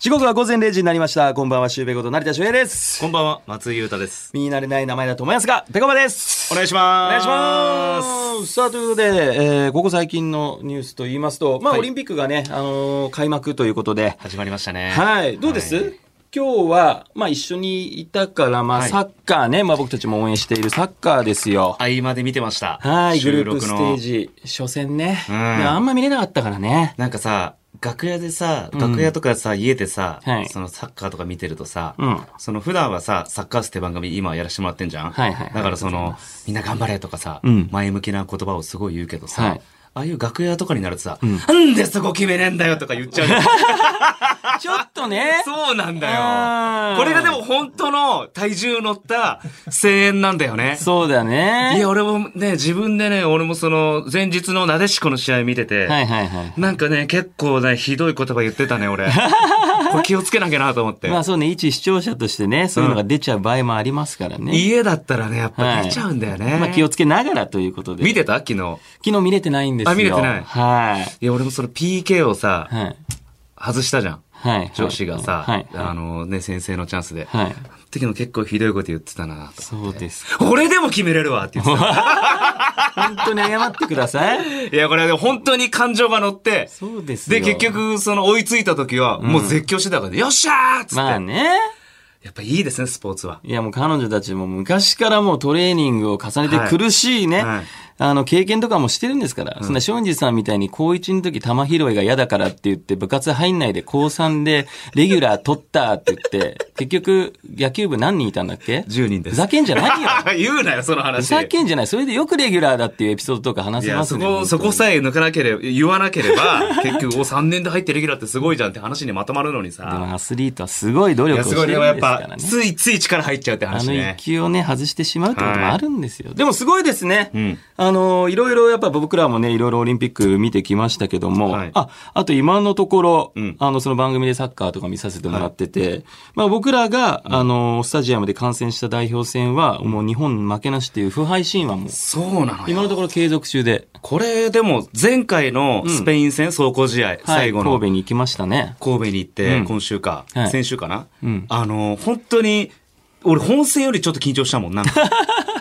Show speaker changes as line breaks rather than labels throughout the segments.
時刻は午前0時になりました。こんばんは、シュウペイこと成田修平です。
こんばんは、松井裕太です。
身になれない名前だと思いますが、ペコバです。
お願いしま
お願いします。さあ、ということで、えーここ最近のニュースと言いますと、まあ、
はい
オリンピックがね、あのー開幕ということで、
始まりましたね。
はい、どうです、
はい
今日は、まあ、一緒にいたから、まあ、
はい
サッカーね、まあ、僕たちも応援しているサッカーですよ。
合間で見てました。
はい、グル
収
ープ
録
ス
の
テージ、初戦ね。
うん
でもあんま見れなかったから ね。
なんかさ、楽屋でさ、
ん
楽屋とかさ、家でさ、
はい
そのサッカーとか見てるとさ、
うん。
その普段はさ、サッカースって番組今やらせてもらってんじゃん
はいはい
だからその、みんな頑張れとかさ、
うん
前向きな言葉をすごい言うけどさ、
はい
ああいう楽屋とかになるとさ、なんでそこ決めねえんだよとか言っちゃうじゃん
ちょっとね。
そうなんだ
うん
よ。これがでも本当の体重乗った声援なんだよね。
そうだね。
いや、俺もね、自分でね、俺もその、前日のなでしこの試合見てて、
はいはいはい。
なんかね、結構ね、ひどい言葉言ってたね、 俺。これ気をつけなきゃなと思って。
まあそうね、一視聴者としてね、そういうのが出ちゃう場合もありますからね。
家だったらね、やっ
は
ぱ
い
出ちゃうんだよね。
まあ気をつけながらということで。
見てた昨日。
昨日見れてないんですよ。
あ見れてない
はい。
いや、俺もその PK をさ、
はい。
外したじゃん。
はい。
女子がさ、
はい。
あ
はい
のね、先生のチャンスで。
はい。
時の結構ひどいこと言ってたなと。
そうです。
俺でも決めれるわって言ってた。
本当に謝ってください。
いや、これはね本当に感情が乗って、
そうですよ
で、結。局、その追いついた時は、もう絶叫してたから、よっしゃーっつって。
まあね。
やっぱいいですね、スポーツは。
いやもう彼女たちも昔からもうトレーニングを重ねて
はい
苦しいね。
はい
あの、経験とかもしてるんですから。そんな、松陰寺さんみたいに高1の時玉拾いが嫌だからって言って部活入んないで高3でレギュラー取ったって言 って、結局野球部何人いたんだっけ
10人で
ふ
す。
ざけんじゃないよ。
言うなよ、その
ふ
話。
ざけんじゃない。それでよくレギュラーだっていうエピソードとか話
い
せま
や、
す
そ
ね。
こ、そこさえ抜かなければ、言わなければ、結局、お、3年で入ってレギュラーってすごいじゃんって話にまとまるのに
で
さ。
もアスリートはすごい努力
い
を
や、
し
す
て
ご
る
い、
んで
ですもやっ
か
ぱ
ら、ね。
ついつい力入っちゃうって
あ
話
の
ね
一。球をね、外してしまうってこともあるんですよ。でもすごいですね。
ん
あの、いろいろやっぱ僕らもね、いろいろオリンピック見てきましたけども、
はい
あ、あと今のところ、
うん
あの、その番組でサッカーとか見させてもらってて、まあ僕らが、あの、スタジアムで観戦した代表戦は、もう日本負けなしっていう不敗神話も、
そうなのよ。
今のところ継続中で、
これ、でも、前回のスペイン戦、走行試合、
は
最
い、
後
神
の
戸。に行きましたね。
神戸に行って、
うん
今週か、
はい
先週かな、
うん
あの、本当に、俺本戦よりちょっと緊張したもん、な んか。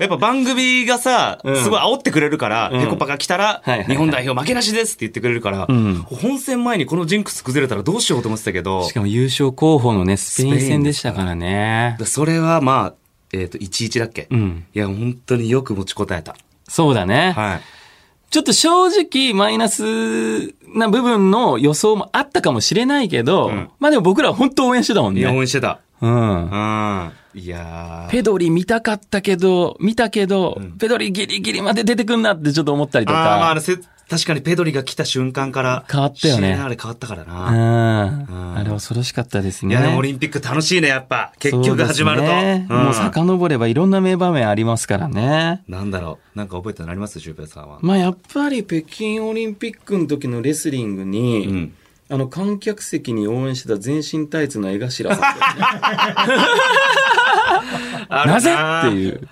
やっぱ番組がさ、
うん
すごい煽ってくれるから、
うん
ペコパが来たら、
いはいはい
日本代表負けなしですって言ってくれるから、
うん
本戦前にこのジンクス崩れたらどうしようと思ってたけど
し、かも優勝候補のね、スペイン戦でしたからね。
それはまあ、えっ、と、11だっけ、
う
い
ん。
や、本当によく持ちこたえた。
そうだね。
はい。
ちょっと正直マイナスな部分の予想もあったかもしれないけど、
うん
まあでも僕らは本当応援してたもん
いや、応
ね。
援してた。
うん
う。ん。いやー。
ペドリ見たかったけど、見たけど、ペドリギリギリまで出てくんなってちょっと思ったり
あ
と
ーまあ、あ
か。
のせ確かにペドリが来た瞬間から、
変わったよね
試合のあれ変わったからな。
うん。
ん
あれ恐ろしかったです
い
ね。
や、でもオリンピック楽しいね、やっぱ。結
そう
局
です
始まると。
ね
うん
もう遡ればいろんな名場面ありますからね。
なんだろう。なんか覚えてなりますシュウペイさんは。
まあやっぱり北京オリンピックの時のレスリングに、
ん
あの観客席に応援してた全身タイツの江頭さん。 なぜって
う。
いう。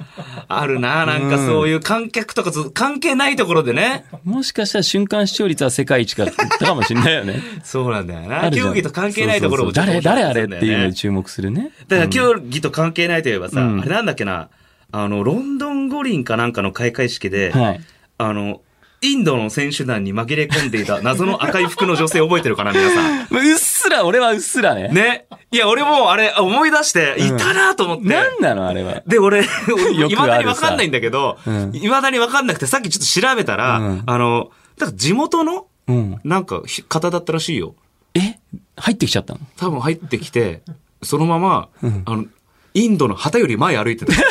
あるな、なんかそういう観客とかず関係ないところでね。
もしかしたら瞬間視聴率は世界一かって言ったかもしれないよね。
そうなんだよ
あ
な。
るじゃん
競技と関係ないところ
そ
も
うそう
ちょ
そう
っと
誰、
面白
誰、
かっ
誰
た
っ
ん
て
だ
いう
よ
の
ね
に注目するね。
だから競技と関係ないといえばさ、
うん
あれなんだっけな、あの、ロンドン五輪かなんかの開会式で、
はい。
あの、インドの選手団に紛れ込んでいた 謎の赤い服の女性覚えてるかな、皆さん。
うっすら、俺はうっすらね。
ね。いや、俺もあれ、あ思い出して、いたなと思って。
なんなの、あれは。
で、俺、
よ
い
くあるさ
まだにわかんないんだけど
うん、
いまだにわかんなくて、さっきちょっと調べた
う
ら
ん、
あの、だから地元の、
うん。
なんか、ひ方だったらしいよ。
え入ってきちゃったの
多分入ってきて、そのまま、あの、インドの旗より前歩いてた。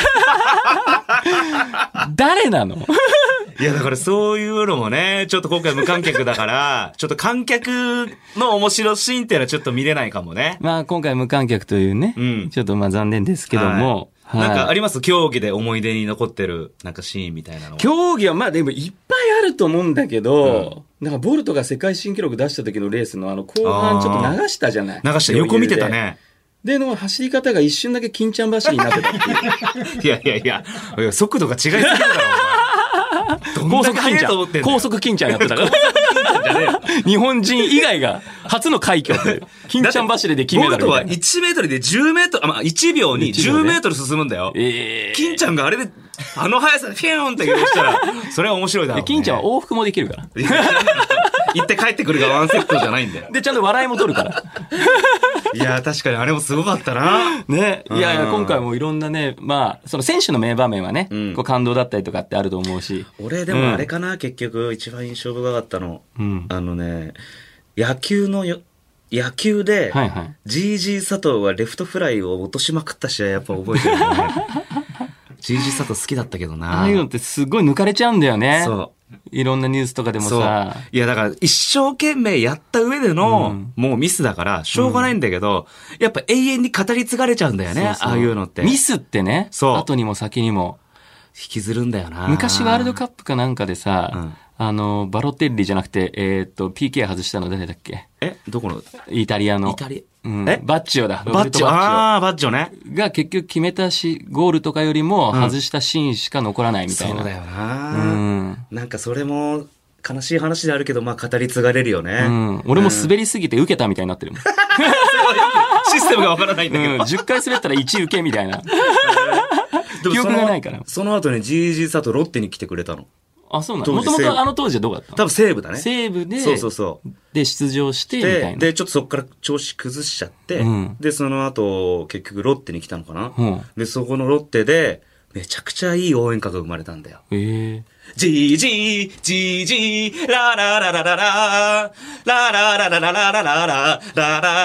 誰なの
いや、だからそういうのもね、ちょっと今回無観客だから、ちょっと観客の面白いシーンっていうのはちょっと見れないかもね。
まあ、今回無観客というね。
うん
ちょっとまあ残念ですけども。
はいなんかあ
り
ります競技で思い出に残ってる、なんかシーンみたいなのは。
競技はまあでもいっぱいあると思うんだけど、なんかボルトが世界新記録出した時のレースのあの後半ちょっと流したじゃない
流して横見てた。ね。
で、の走り方が一瞬だけ金ちゃん走りになってたっていう。
いやいやいや、いや速度が違いすぎるだろ、お前。どん
高
だ
速
け
金
速
ち
い
ゃ
と思って
ん。
んだ よ
高速金ちゃんやってたから。
金ちゃんじじゃねえ よ。
日本人以外が初の快挙という。金ちゃん走りで金メ
僕
ダル
と
みた
はい
な。
1メートルで10メートル、あ、まあ、1秒に
1秒
10
ね
メートル進むんだよ。
ええ
金ちゃんがあれで、あの速さでピューンって移動し たら、それは面白いだろう、ね。
金ちゃんは往復もできるから。
いや行って帰ってくるがワンセットじゃないんだよ。
で、ちゃんと笑いも取るから。
いや、確かにあれもすごかったな。
ね。いやいや、
うん
今回もいろんなね、まあ、その選手の名場面はね、
ん
こう感動だったりとかってあると思うし。
俺、でもあれかな、結局、一番印象深かったの。
うん
あのね、野球のよ、野球で、
はいはい。
GG 佐藤がレフトフライを落としまくった試合やっぱ覚えてるよ ね。GG 佐藤好きだったけどな。
ああいうのってすごい抜かれちゃうんだよね。
そう。
いろんなニュースとかでも
そう
さ。。
いや、だから、一生懸命やった上での、もうミスだから、しょうがないんだけど、やっぱ永遠に語り継がれちゃうんだよね、
そうそう
ああいうのって。
ミ
引
スってね。
そう
後にも先にも。
きずるんだよな。
昔ワールド
カ
カップかなんかでさ、
うん
あの、バロテッリじゃなくて、えーっと、PK 外したの誰だっけ
え、どこのイ
イタリアの。
タリ
うん、
え
バッチオだ。
ア。バッジョ。
バ
ああー、バッジョね。
ッジョが結局決めたし、ゴールとかよりも外したシーンしか残らないみたいな。
よ
う
な。
ん。
なんかそれも、悲しい話であるけど、まあ語り継がれるよね。
うん。俺も滑りすぎて受けたみたいになってるもん。
システムがわからないんだけど。
うん。10回滑ったら1受けみたいな。
でも
記
その
憶がないから
その後ね、GG 佐藤ロッテに来てくれたの。
あ、そうなの
当
も
時
とも
西武
とあの当時はどうだった
多
の
分西武だね。
西武で、
そうそうそう。
で出場して、みた
で
い、な。
で、ちょっとそこから調子崩しちゃって、
うん
で、その後、結局ロッテに来たのかな、
うん
で、そこのロッテで、めちゃくちゃいい応援歌が生まれたんだよ。
ええ
ジージー、ジージー、ララララララ、ラララララララララ、ララ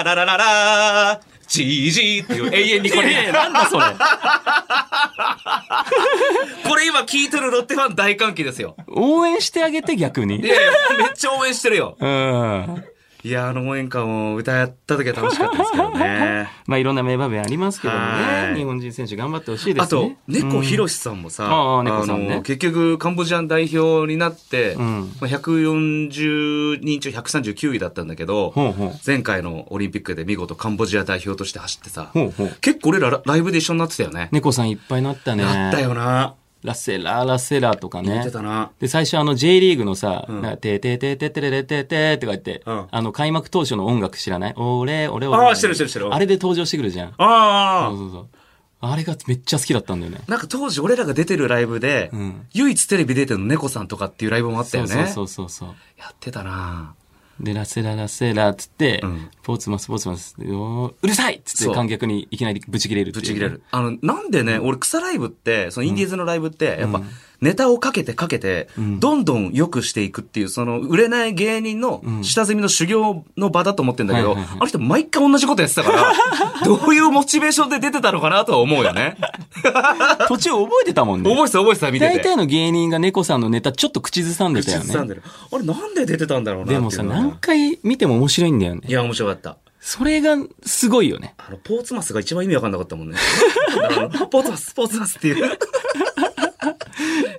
ララララ、ジージーっていう永遠にこ
ええ
れ、
なんだそれ。
これ今聞いてるロッテファン大歓喜ですよ。
応援してあげて逆に
い。やいや、めっちゃ応援してるよ。
うん。
いや、あの応援歌も歌やった時は楽しかったですけど ね。
まあいろんな名場面ありますけども
は
ね。
い
日本人選手頑張ってほしいで
あ
すね。
と、猫ひ
うん
ろしさんもさ、
ああああ猫さんね
の、結局、カンボジアの代表になって、
うん
まあ、140人中139位だったんだけど、
ほうほう
前回のオリンピックで見事カンボジア代表として走ってさ、
ほうほう
結構俺らラライブで一緒になってたよね。
猫さんいっぱいなったね。
なったよな。
ラッセラー、ラッセラーとか
見
ね
て。たな。
で、最初あの J リーグのさ、
ん
なんかてててててれれててとか言って、
うん
あの開幕当初の音楽知らない俺、俺、俺。
ああしてるしてるしてる
あれで登場してくるじゃん。
ああ、
そうそうそう。あれがめっちゃ好きだったんだよね。
なんか当時俺らが出てるライブで、
うん
唯一テレビ出てるの猫さんとかっていうライブもあった
そ
よ
う
ね。
そうそうそうそう。
やってたな。
で、ラッセラーラッセラーっつって、
ん
ポーツマス、ポーツマス、おーうるさいっつっ
そう
て観客にいきなりぶち切れるって
ぶ
いう
ち切れる。あの、なんでね、俺草ライブって、そのインディーズのライブって、やっぱ、ネタをかけてかけて、どんどん良くしていくっていう、その、売れない芸人の下積みの修行の場だと思ってんだけど、
はいはいはい
あの人毎回同じことやってたから、 どういうモチベーションで出てたのかなとは思うよね。
途中覚えてたもんね。
覚えてた覚えてた、見て
大
て。
体の芸人が猫さんのネタちょっと口ずさんでたよ
口ずさん
ね。
でるあれなんで出てたんだろうなって
で
いうの
も
は
さ、何回見ても面白いんだよね
い。や、面白かった。
それがすごいよね。
あの、ポーツマスが一番意味わかんなかったもんね。 あのポーツマス、ポーツマスって いう。ね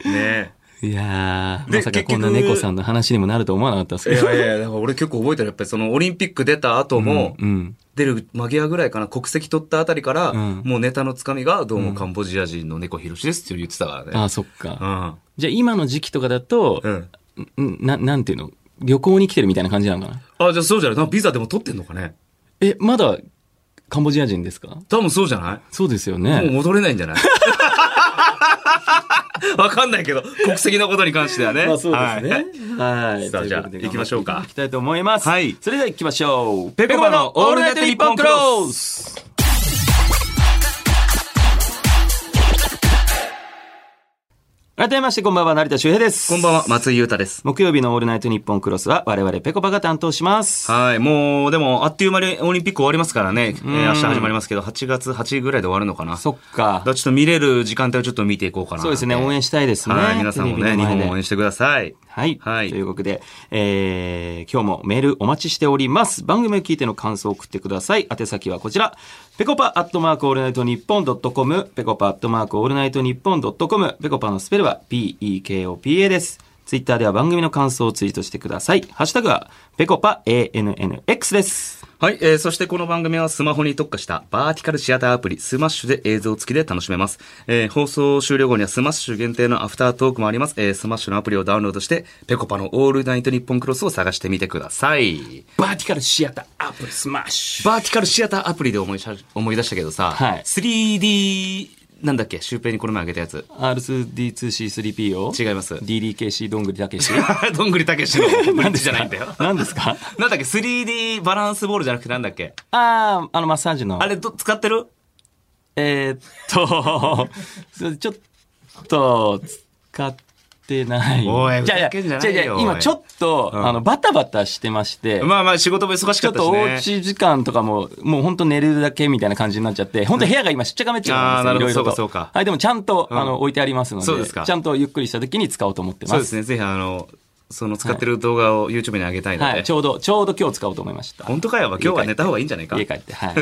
え。
いやー、
で
まさかこんな
結局
猫さんの話にもなると思わなかったです
い
けど。
やいや、だから俺結構覚えてる。やっぱりそのオリンピック出た後も、
うん。
出る間際ぐらいかな、国籍取ったあたりから、
うん
もうネタのつかみが、どうもカンボジア人の猫ひろしですって言ってたからね。
ああ、そっ
う
か。
ん。
じゃあ今の時期とかだと
う、ん。
んな、なんていうの旅行に来てるみたいな感じなのかな
あ、じゃあそうじゃないなんかビザでも取ってんのかね
え、まだカンボジア人ですか
多分そうじゃな
そうですよ
いもう
ね。
戻れないんじゃない わかんないけど、国籍のことに関してはね。
まあそうです
はい
ね。はい。
さあじゃあ行きましょうか
行きたいと思います。
はい
それでは行きましょう。
ぺこぱのオールナイトニッポンクロー
ス改めまして、こんばんは、成田修平です。
こんばん
は。
は、松井裕太です。
木曜日のオールナイトニッポンクロスは、我々ぺこぱが担当します。
はい。もう、でも、あっという間にオリンピック終わりますからね。えー明日始まりますけど、8月8ぐらいで終わるのかな。
そっか
だか。らちょっと見れる時間帯をちょっと見ていこうかな。
そうですね、応援したいですね。
はい、皆さんもね、
テレビの
日
前で
本を応援してください。
はい。
はい
ということで、えー、今日もメールお待ちしております。番組を聞いての感想を送ってください。宛先はこちら。ぺこぱアットマークオールナイトニッポンドットコム。ぺこぱアットマークオールナイトニッポンドットコム。ぺこぱのスペルは p-e-k-o-p-a です。ツイッターでは番組の感想をツイートしてください。ハッシュタグは、ペコパ ANNX です。
はい、えー、そしてこの番組はスマホに特化したバーティカルシアターアプリスマッシュで映像付きで楽しめます。えー、放送終了後にはスマッシュ限定のアフタートークもあります。えー、スマッシュのアプリをダウンロードして、ペコパのオールナイトニッポンクロスを探してみてください。
バーティカルシアターアップスマッシュ。
バーティカルシアターアプリで思いしゃ思い出したけどさ、
はい
3D、なんだっけ、シュウペイにこの前あげたやつ。
R2D2C3P を
違います。
DDKC どんぐりたけし。
どんぐりたけしのブリッジじゃ ないんだよ。
何ですか
なんだっけ、3D バランスボールじゃなくてなんだっけ。
ああ、あのマッサージの。
あれど、使ってる
えーっと、すいませんちょっと、使ってない。
おい
じゃあ
ふざけんじゃない
じゃあ
よ
じゃあ
おい
今ちょっと、あの、バタバタしてまして、
まあまあ仕事も忙し
ち
か
ょ
っ
った
し
とおう
ね。
ち時間とかも、もう本当寝るだけみたいな感じになっちゃって、本当部屋が今しっちゃかめっちゃかなんですよ、
あーなるほど
いろいろと
そうかそうか
はい、でもちゃんと、あの、置いてありますので、
そうですか
ちゃんとゆっくりした時に使おうと思ってます。
そうですね。ぜひ、あの、その使ってる動画を YouTube に上げたいので。
はい、ちょうど、ちょうど今日使おうと思いました。
本当かよ。今日は寝た方がいいんじゃないか。
家帰って、はい。